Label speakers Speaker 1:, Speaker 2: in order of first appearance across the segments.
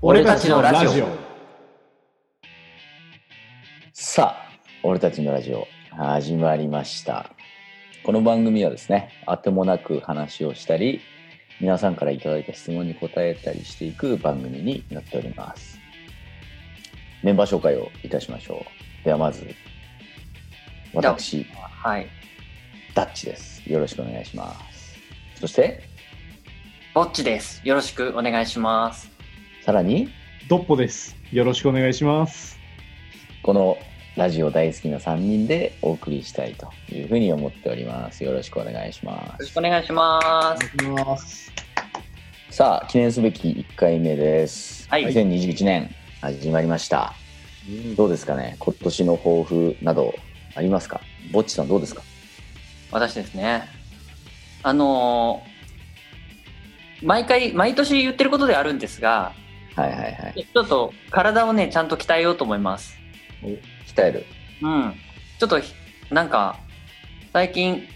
Speaker 1: 俺たちのラジオ。
Speaker 2: さあ、俺たちのラジオ始まりました。この番組はですね、あてもなく話をしたり、皆さんからいただいた質問に答えたりしていく番組になっております。メンバー紹介をいたしましょう。ではまず、私、
Speaker 1: はい。
Speaker 2: ダッチです。よろしくお願いします。そして、
Speaker 1: ぼっちです。よろしくお願いします。
Speaker 2: さらに、
Speaker 3: ドッポです。よろしくお願いします。
Speaker 2: このラジオ大好きな3人でお送りしたいというふうに思っております。よろしくお願いしま
Speaker 1: よ
Speaker 2: す
Speaker 1: ろし。くお願いします。
Speaker 3: お願いします。
Speaker 2: さあ、記念すべき1回目です。
Speaker 1: はい
Speaker 2: 2021年始まりました。どうですかね今年の抱負などありますかぼっちさんどうですか
Speaker 1: 私ですね。あのー毎回、毎年言ってることであるんですが、
Speaker 2: はいはいはい。
Speaker 1: ちょっと体をね、ちゃんと鍛えようと思います。
Speaker 2: 鍛える。
Speaker 1: うん。ちょっとひ、なんか、最近、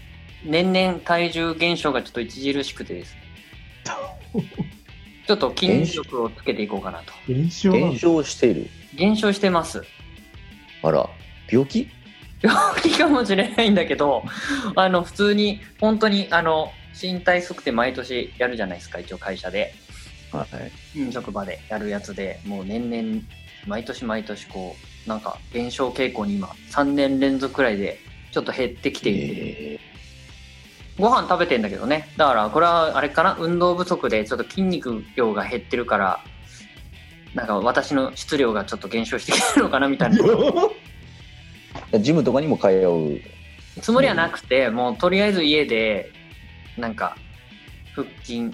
Speaker 1: 年々体重減少がちょっと著しくてですね。ちょっと筋力をつけていこうかなと。
Speaker 3: 減少なん
Speaker 2: 減
Speaker 3: だ
Speaker 2: 少している。
Speaker 1: 減少してます。
Speaker 2: あら、病気
Speaker 1: 病気かもしれないんだけど、あの、普通に、本当に、あの、身体測定毎年やるじゃないですか、一応会社で。
Speaker 2: はい。
Speaker 1: 職場でやるやつで、もう年々、毎年毎年こう、なんか減少傾向に今、3年連続くらいで、ちょっと減ってきてい
Speaker 2: え
Speaker 1: る。ご飯食べてんだけどね。だから、これはあれかな運動不足で、ちょっと筋肉量が減ってるから、なんか私の質量がちょっと減少してきてるのかなみたいな。
Speaker 2: ージムとかにも通う。
Speaker 1: つもりはなくて、もうとりあえず家で、なんか、腹筋、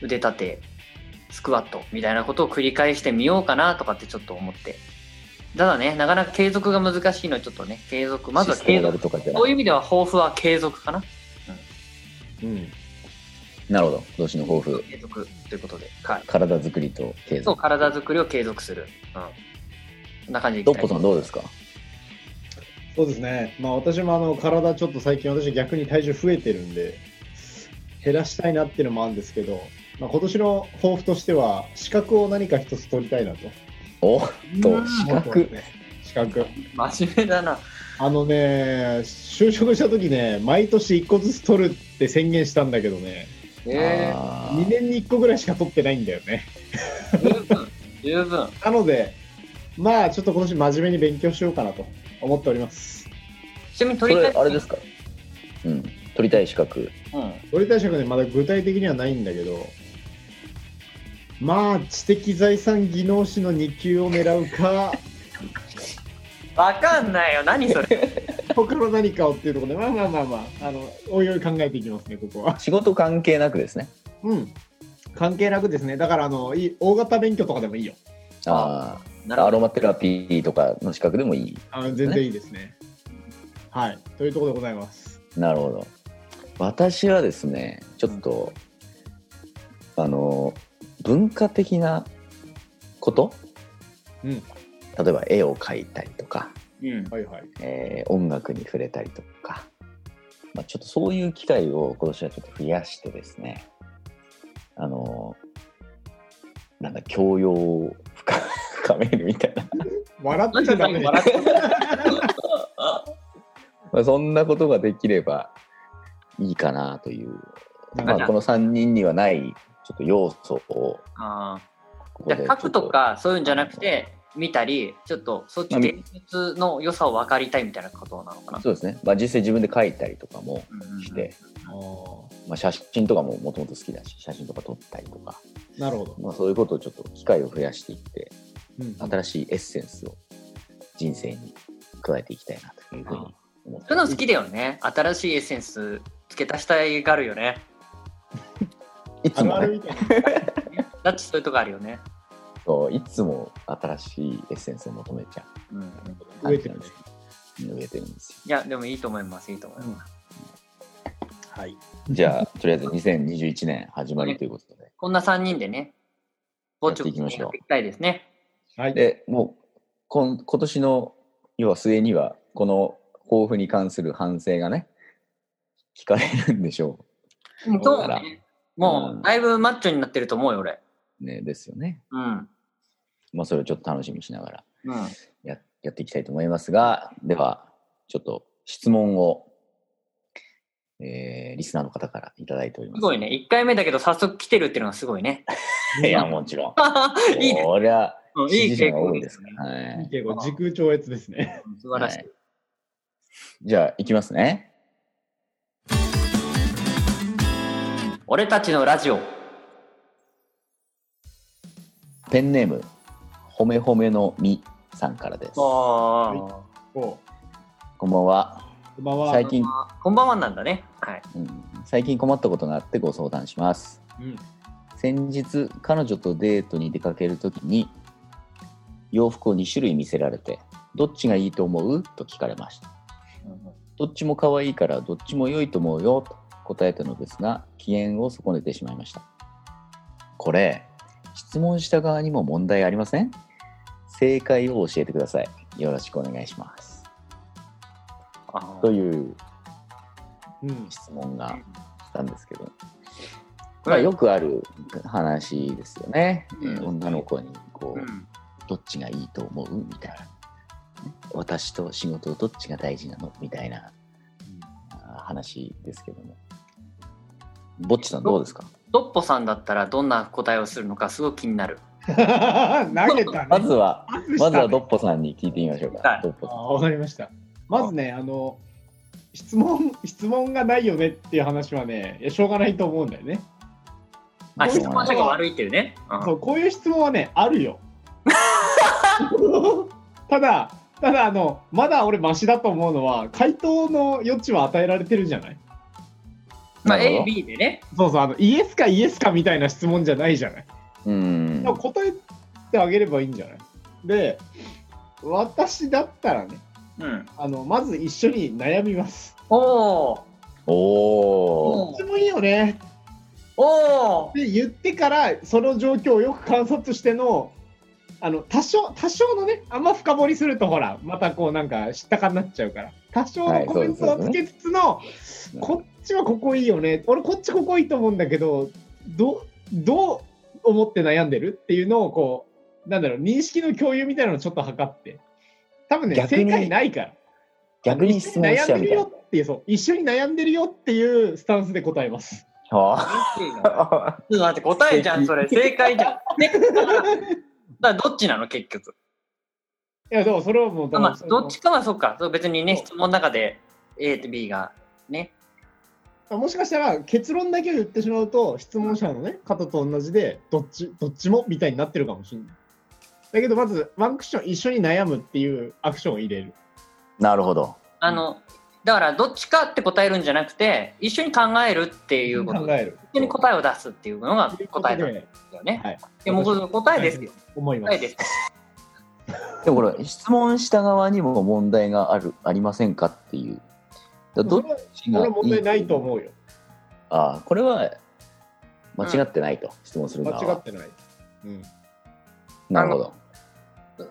Speaker 1: 腕立て、スクワットみたいなことを繰り返してみようかなとかってちょっと思って。ただね、なかなか継続が難しいのはちょっとね、継続、まずは
Speaker 2: システ
Speaker 1: 継
Speaker 2: ムやる
Speaker 1: 続。
Speaker 2: とかじゃな
Speaker 1: そういう
Speaker 2: い
Speaker 1: 意味では抱負は継続かな
Speaker 2: なるほど。今年の抱負。
Speaker 1: 継続ということで。はい。
Speaker 2: 体作りと継
Speaker 1: そう、
Speaker 2: 続。
Speaker 1: 体づくりを継続する。うん。こんな感じでい
Speaker 2: ド
Speaker 1: きた
Speaker 2: ッポ
Speaker 1: い
Speaker 2: さんどうですか
Speaker 3: そうですね。まあ私もあの体ちょっと最近私逆に体重増えてるんで減らしたいなっていうのもあるんですけど、まあ今年の抱負としては資格を何か一つ取りたいなと。
Speaker 2: お
Speaker 1: うん
Speaker 2: と、資
Speaker 3: 思ってま
Speaker 2: 格
Speaker 3: す。ね。資格。
Speaker 1: 真面目だな。
Speaker 3: あのね、就職した時ね、毎年一個ずつ取るって宣言したんだけどね、
Speaker 1: え
Speaker 2: あー
Speaker 3: 2年に1個ぐらいしか取ってないんだよね。
Speaker 1: え十分、十分。
Speaker 3: なので、まあちょっと今年真面目に勉強しようかなと思っております。
Speaker 1: ちなみに
Speaker 2: そ
Speaker 1: 取り
Speaker 2: れ
Speaker 1: たい。
Speaker 2: あれですかうん。取りたい資格。
Speaker 1: うん。
Speaker 3: 俺対策ね、まだ具体的にはないんだけど、まあ知的財産技能士の2級を狙う か、
Speaker 1: わかんないよ。何それ。
Speaker 3: 他の何かをっていうところで、まあまあまあまあ、あの、おいおい考えていきますね、ここは。
Speaker 2: 仕事関係なくですね。
Speaker 3: うん。関係なくですね。だから、あの、いい、大型免許とかでもいいよ。
Speaker 2: あ
Speaker 1: な
Speaker 2: あ、
Speaker 1: る
Speaker 2: ア
Speaker 1: ほど。
Speaker 2: ロマテラピーとかの資格でもいい。
Speaker 3: あ全然いいですね。はい。というところでございます。
Speaker 2: なるほど。私はですね、ちょっと、あの、文化的なこと、
Speaker 3: うん
Speaker 2: 例えば絵を描いたりとか、
Speaker 1: うん。
Speaker 3: はいはい。
Speaker 2: えー音楽に触れたりとか、まあ、ちょっとそういう機会を今年はちょっと増やしてですね、あの、なんだ、教養を深深めるみたいな
Speaker 3: 笑っちゃダメ。
Speaker 1: 笑ってる
Speaker 2: まあ、そんなことができればいいかなという、
Speaker 1: な
Speaker 2: ま
Speaker 1: んか
Speaker 2: あ、この3人にはないちょっと要素を
Speaker 1: あ
Speaker 2: こ
Speaker 1: ー
Speaker 2: こ
Speaker 1: じゃ
Speaker 2: で
Speaker 1: あ書くとかそういうんじゃなくて見たりちょっとそっち芸術の良さを分かりたいみたいなことな
Speaker 2: ちょ
Speaker 1: のか
Speaker 2: っと
Speaker 1: な。
Speaker 2: そうですね、まあ、実際自分で書いたりとかもして、
Speaker 3: あ
Speaker 2: まあ、写真とかももともと好きだし写真とか撮ったりとか、
Speaker 3: ーなるほど。
Speaker 2: まあ、そういうことをちょっと機会を増やしていって
Speaker 3: うん
Speaker 2: 新しいエッセンスを人生に加えていきたいなというふうに思って
Speaker 1: そういう
Speaker 2: ま
Speaker 1: の
Speaker 2: す
Speaker 1: 好きだよね。新しいエッセンス付け足したいがあるよね。
Speaker 2: いつ
Speaker 3: ある
Speaker 2: も
Speaker 3: あ
Speaker 2: ね、
Speaker 3: るみたいな。
Speaker 1: だってそういうとこあるよね。
Speaker 2: そういつも新しいエッセンスを求めちゃ
Speaker 1: うん、
Speaker 2: う
Speaker 1: い
Speaker 2: ん
Speaker 3: 植えてるね。
Speaker 2: 植えてるんですよ
Speaker 1: やでもいいと思いますいいと思います。
Speaker 3: はい。
Speaker 2: じゃあとりあえず2021年始まりということで
Speaker 1: こんな3人でね、ぼちぼち
Speaker 2: やっていきましょう
Speaker 1: やっていきたいですね。
Speaker 3: はい。
Speaker 2: でもうこん今年の要は末にはこの抱負に関する反省がね聞かれるんでしょ
Speaker 1: うんそうね。も
Speaker 2: う
Speaker 1: うんだいぶマッチョになってると思うよ俺。
Speaker 2: うね、ですよね。
Speaker 1: うん。
Speaker 2: まあ、それをちょっと楽しみにしながら
Speaker 1: うん。
Speaker 2: ややっていきたいと思いますが、では、ちょっと質問を、えーリスナーの方からいただいております。
Speaker 1: すごいね。。1回目だけど早速来てるっていうのがすごいね。
Speaker 2: いや、もちろん。
Speaker 1: いいね。
Speaker 2: これは、
Speaker 1: うんい
Speaker 2: 支
Speaker 1: い
Speaker 2: 持者
Speaker 1: 傾
Speaker 2: が
Speaker 1: 向
Speaker 2: 多い
Speaker 1: で
Speaker 2: です
Speaker 1: す
Speaker 2: か
Speaker 1: ね。
Speaker 2: ら。はい
Speaker 3: い結構時空超越ですね。
Speaker 1: うん素晴らしい。
Speaker 2: じゃあ、いきますね。
Speaker 1: 俺たちのラジオ。
Speaker 2: ペンネーム、ほめほめのみさんからです。こ
Speaker 1: あ
Speaker 3: ーこ
Speaker 2: んばんは。
Speaker 3: う、こんばんは。
Speaker 2: 最近、
Speaker 1: あ。こんばんはなんだね。はい。
Speaker 2: うん最近困ったことがあってご相談します。
Speaker 3: うん
Speaker 2: 先日彼女とデートに出かけるときに洋服を2種類見せられてどっちがいいと思うと聞かれましたどっちも可愛いからどっちも良いと思うよと答えたのですが機嫌を損ねてしまいましたこれ質問した側にも問題ありません正解を教えてくださいよろしくお願いします
Speaker 1: あ
Speaker 2: という
Speaker 3: うん。
Speaker 2: 質問が来たんですけどま
Speaker 1: ま
Speaker 2: あ
Speaker 1: あよ
Speaker 2: よくある話ですよね、
Speaker 1: うん
Speaker 2: 女の子にこ
Speaker 1: く。
Speaker 2: う、
Speaker 1: うん
Speaker 2: どっちがいいと思うみたいな。私と仕事どっちが大事なのみたいなあー話ですけども。ぼっちさんどうですか
Speaker 1: ドッポさんだったらどんな答えをするのかすごく気になる。
Speaker 3: 投げたね。
Speaker 2: まずは、
Speaker 3: パスしたね
Speaker 2: まずはドッポさんに聞いてみましょう
Speaker 1: は
Speaker 2: か
Speaker 1: い。
Speaker 2: ドッポさ
Speaker 3: あーわかりました。まずね、あの、質問、質問がないよねっていう話はね、いやしょうがないと思うんだよね。
Speaker 2: ん。
Speaker 1: あ、
Speaker 3: どう
Speaker 1: 質
Speaker 3: いう
Speaker 1: 問者が悪いっていうね。うん
Speaker 3: そう、こういう質問はね、ある よ。ただ、ただ、あの、まだ俺マシだと思うのは、回答の余地は与えられてるじゃない
Speaker 1: まあ、
Speaker 2: なるほど
Speaker 1: A、B でね。
Speaker 3: そうそう、あの、イエスかイエスかみたいな質問じゃないじゃない。
Speaker 2: うん
Speaker 3: でも。答えてあげればいいんじゃないで、私だったらね、
Speaker 1: うん。
Speaker 3: あの、まず一緒に悩みます。
Speaker 1: おー
Speaker 2: お
Speaker 1: お
Speaker 2: ー。
Speaker 3: 質問いいよね
Speaker 1: おー
Speaker 3: で言ってからその状況をよく観察してのあの多少多少のねあんま深掘りするとほらまたこうなんか知ったかになっちゃうから多少
Speaker 2: は
Speaker 3: の
Speaker 2: い
Speaker 3: コメント
Speaker 2: そう
Speaker 3: をつけ
Speaker 2: ですね
Speaker 3: つつの、
Speaker 2: うん
Speaker 3: こっちはここいいよね俺こっちここいいと思うんだけどどどう思って悩んでるっていうのをこうなんだろう認識の共有みたいなのをちょっと測って多分ね
Speaker 2: 逆に
Speaker 3: 正解ないから
Speaker 2: 逆に質問しちゃ
Speaker 3: 悩
Speaker 2: うん
Speaker 3: でる
Speaker 2: みたいな
Speaker 3: よ。っていうそう一緒に悩んでるよっていうスタンスで答えます。
Speaker 2: あ
Speaker 1: ち
Speaker 2: ー
Speaker 1: ょっと待って、答えじゃん、それ。正解じゃん。 ねだからだからどっちなの、結局。
Speaker 3: いや、でもそれはもう、だから
Speaker 1: まあ、どっちかはそうか。そう別にね、質問の中で A と B がね。
Speaker 3: もしかしたら結論だけを言ってしまうと、質問者のね、方と同じで、どっち、どっちもみたいになってるかもしれない。だけど、まず、ワンクッション一緒に悩むっていうアクションを入れる。
Speaker 2: なるほど。
Speaker 1: あの、だからどっちかって答えるんじゃなくて、一緒に考えるっていうこと
Speaker 3: 考。える。
Speaker 1: 一緒に答えを出すっていうのが
Speaker 3: ということ
Speaker 1: 答えなんで
Speaker 3: です
Speaker 1: よね。
Speaker 3: はい
Speaker 1: でもこれ答えですよ。
Speaker 3: 思いま
Speaker 1: 答え
Speaker 3: す。
Speaker 1: です。
Speaker 2: でもこれ、質問した側にも問題がある、ありませんかっていう。だからどっ
Speaker 3: それは
Speaker 2: ち
Speaker 3: 俺
Speaker 2: がい
Speaker 3: はい問題ないと思うよ。
Speaker 2: ああ、これは間違ってないと、質問する
Speaker 3: 間
Speaker 2: 側
Speaker 3: 違
Speaker 2: は
Speaker 3: ってない。うん。
Speaker 2: なるほど。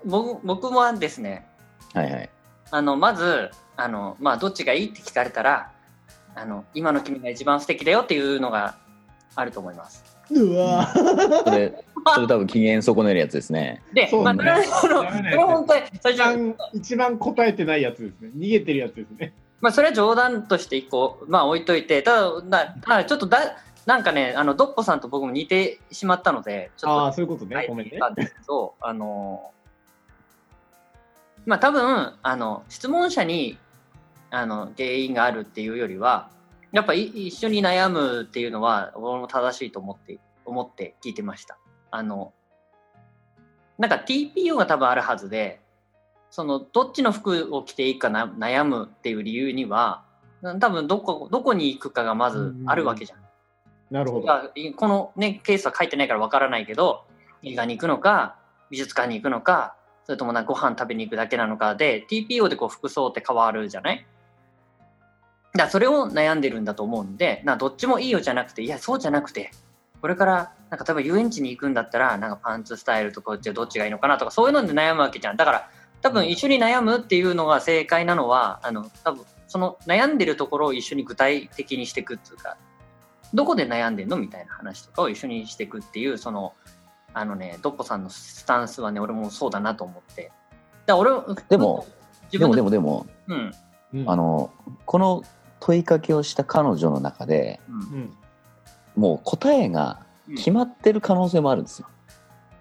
Speaker 1: 僕僕もですね、
Speaker 2: はいはい。
Speaker 1: あのまずあの、まあ、どっちがいいって聞かれたらあの、今の君が一番素敵だよっていうのがあると思います。
Speaker 3: うわぁ。
Speaker 2: そ れ、それ多分機嫌損ねるやつですね。
Speaker 1: で、
Speaker 3: そう
Speaker 1: まあ、
Speaker 3: ね
Speaker 1: これはその、こ
Speaker 3: ダメなやつ
Speaker 1: れは本当に最
Speaker 3: 一
Speaker 1: 初に、
Speaker 3: 番、一番答えてないやつですね。逃げてるやつですね。
Speaker 1: まあ、それは冗談として一個、まあ、置いといて、ただ、なただちょっとだ、なんかね、あのドッポさんと僕も似てしまったので、ちょっと
Speaker 3: ああー、そういうこと
Speaker 1: は
Speaker 3: ね。
Speaker 1: い
Speaker 3: ごめんね。
Speaker 1: たんですけど、 あのまあ多分あの質問者にあの原因があるっていうよりはやっぱい一緒に悩むっていうのは俺も正しいと思って思って聞いてました。あのなんか TPO が多分あるはずでそのどっちの服を着ていいかな悩むっていう理由には多分どこどこに行くかがまずあるわけじゃん。
Speaker 3: なるほど。
Speaker 1: まあこの、ね、ケースは書いてないからわからないけど映画に行くのか美術館に行くのかそれともなんかご飯食べに行くだけなのかで TPO でこう服装って変わるじゃないだからそれを悩んでるんだと思うんでなんかどっちもいいよじゃなくていやそうじゃなくてこれからなんか例えば遊園地に行くんだったらなんかパンツスタイルとこっちどっちがいいのかなとかそういうので悩むわけじゃんだから多分一緒に悩むっていうのが正解なのはあの多分その悩んでるところを一緒に具体的にしていくっていうかどこで悩んでんのみたいな話とかを一緒にしていくっていうそのあのね、ドッポさんのスタンスはね、俺もそうだなと思って。だから俺は
Speaker 2: でも、で
Speaker 1: 自分
Speaker 2: も
Speaker 1: の
Speaker 2: でもでも、
Speaker 1: うん、
Speaker 3: うん
Speaker 2: あ、の、この問いかけをした彼女の中で、
Speaker 1: うん、
Speaker 3: うん、
Speaker 2: もう答えが決まってる可能性もあるんですよ。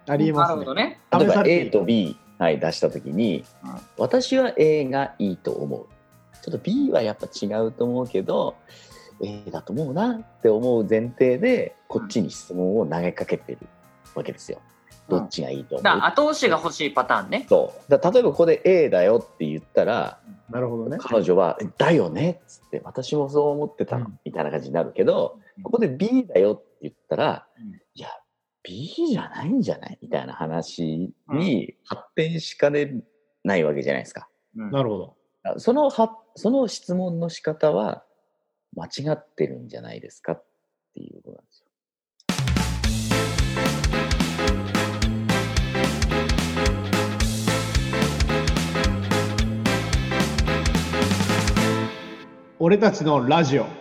Speaker 3: ありえま
Speaker 1: な
Speaker 3: す
Speaker 1: る
Speaker 3: ね
Speaker 1: ほど
Speaker 2: 例
Speaker 1: ね。
Speaker 2: え
Speaker 3: 試さ
Speaker 2: ば
Speaker 3: れている
Speaker 2: A と B、はい、出したときに、
Speaker 1: うん
Speaker 2: 私は A がいいと思う。ちょっと B はやっぱ違うと思うけど、A だと思うなって思う前提で、こっちに質問を投げかけてるわけですよ。
Speaker 1: うん
Speaker 2: どっちがいいと思
Speaker 1: だから
Speaker 2: う。
Speaker 1: 後押しが欲しいパターンね。
Speaker 2: そうだから例えばここで A だよって言ったら、
Speaker 3: なるほどね。
Speaker 2: 彼女は「だよね」っつって「私もそう思ってたの
Speaker 3: うん」
Speaker 2: みたいな感じになるけど、
Speaker 1: うん
Speaker 2: ここで B だよって言ったら「
Speaker 1: うん
Speaker 2: いや B じゃないんじゃない?」みたいな話に発展しかねないわけじゃないですか。
Speaker 1: うん
Speaker 3: なるほど。
Speaker 2: あそのはその質問の仕方は間違ってるんじゃないですかっていうことなんですよ。
Speaker 3: 俺たちのラジオ。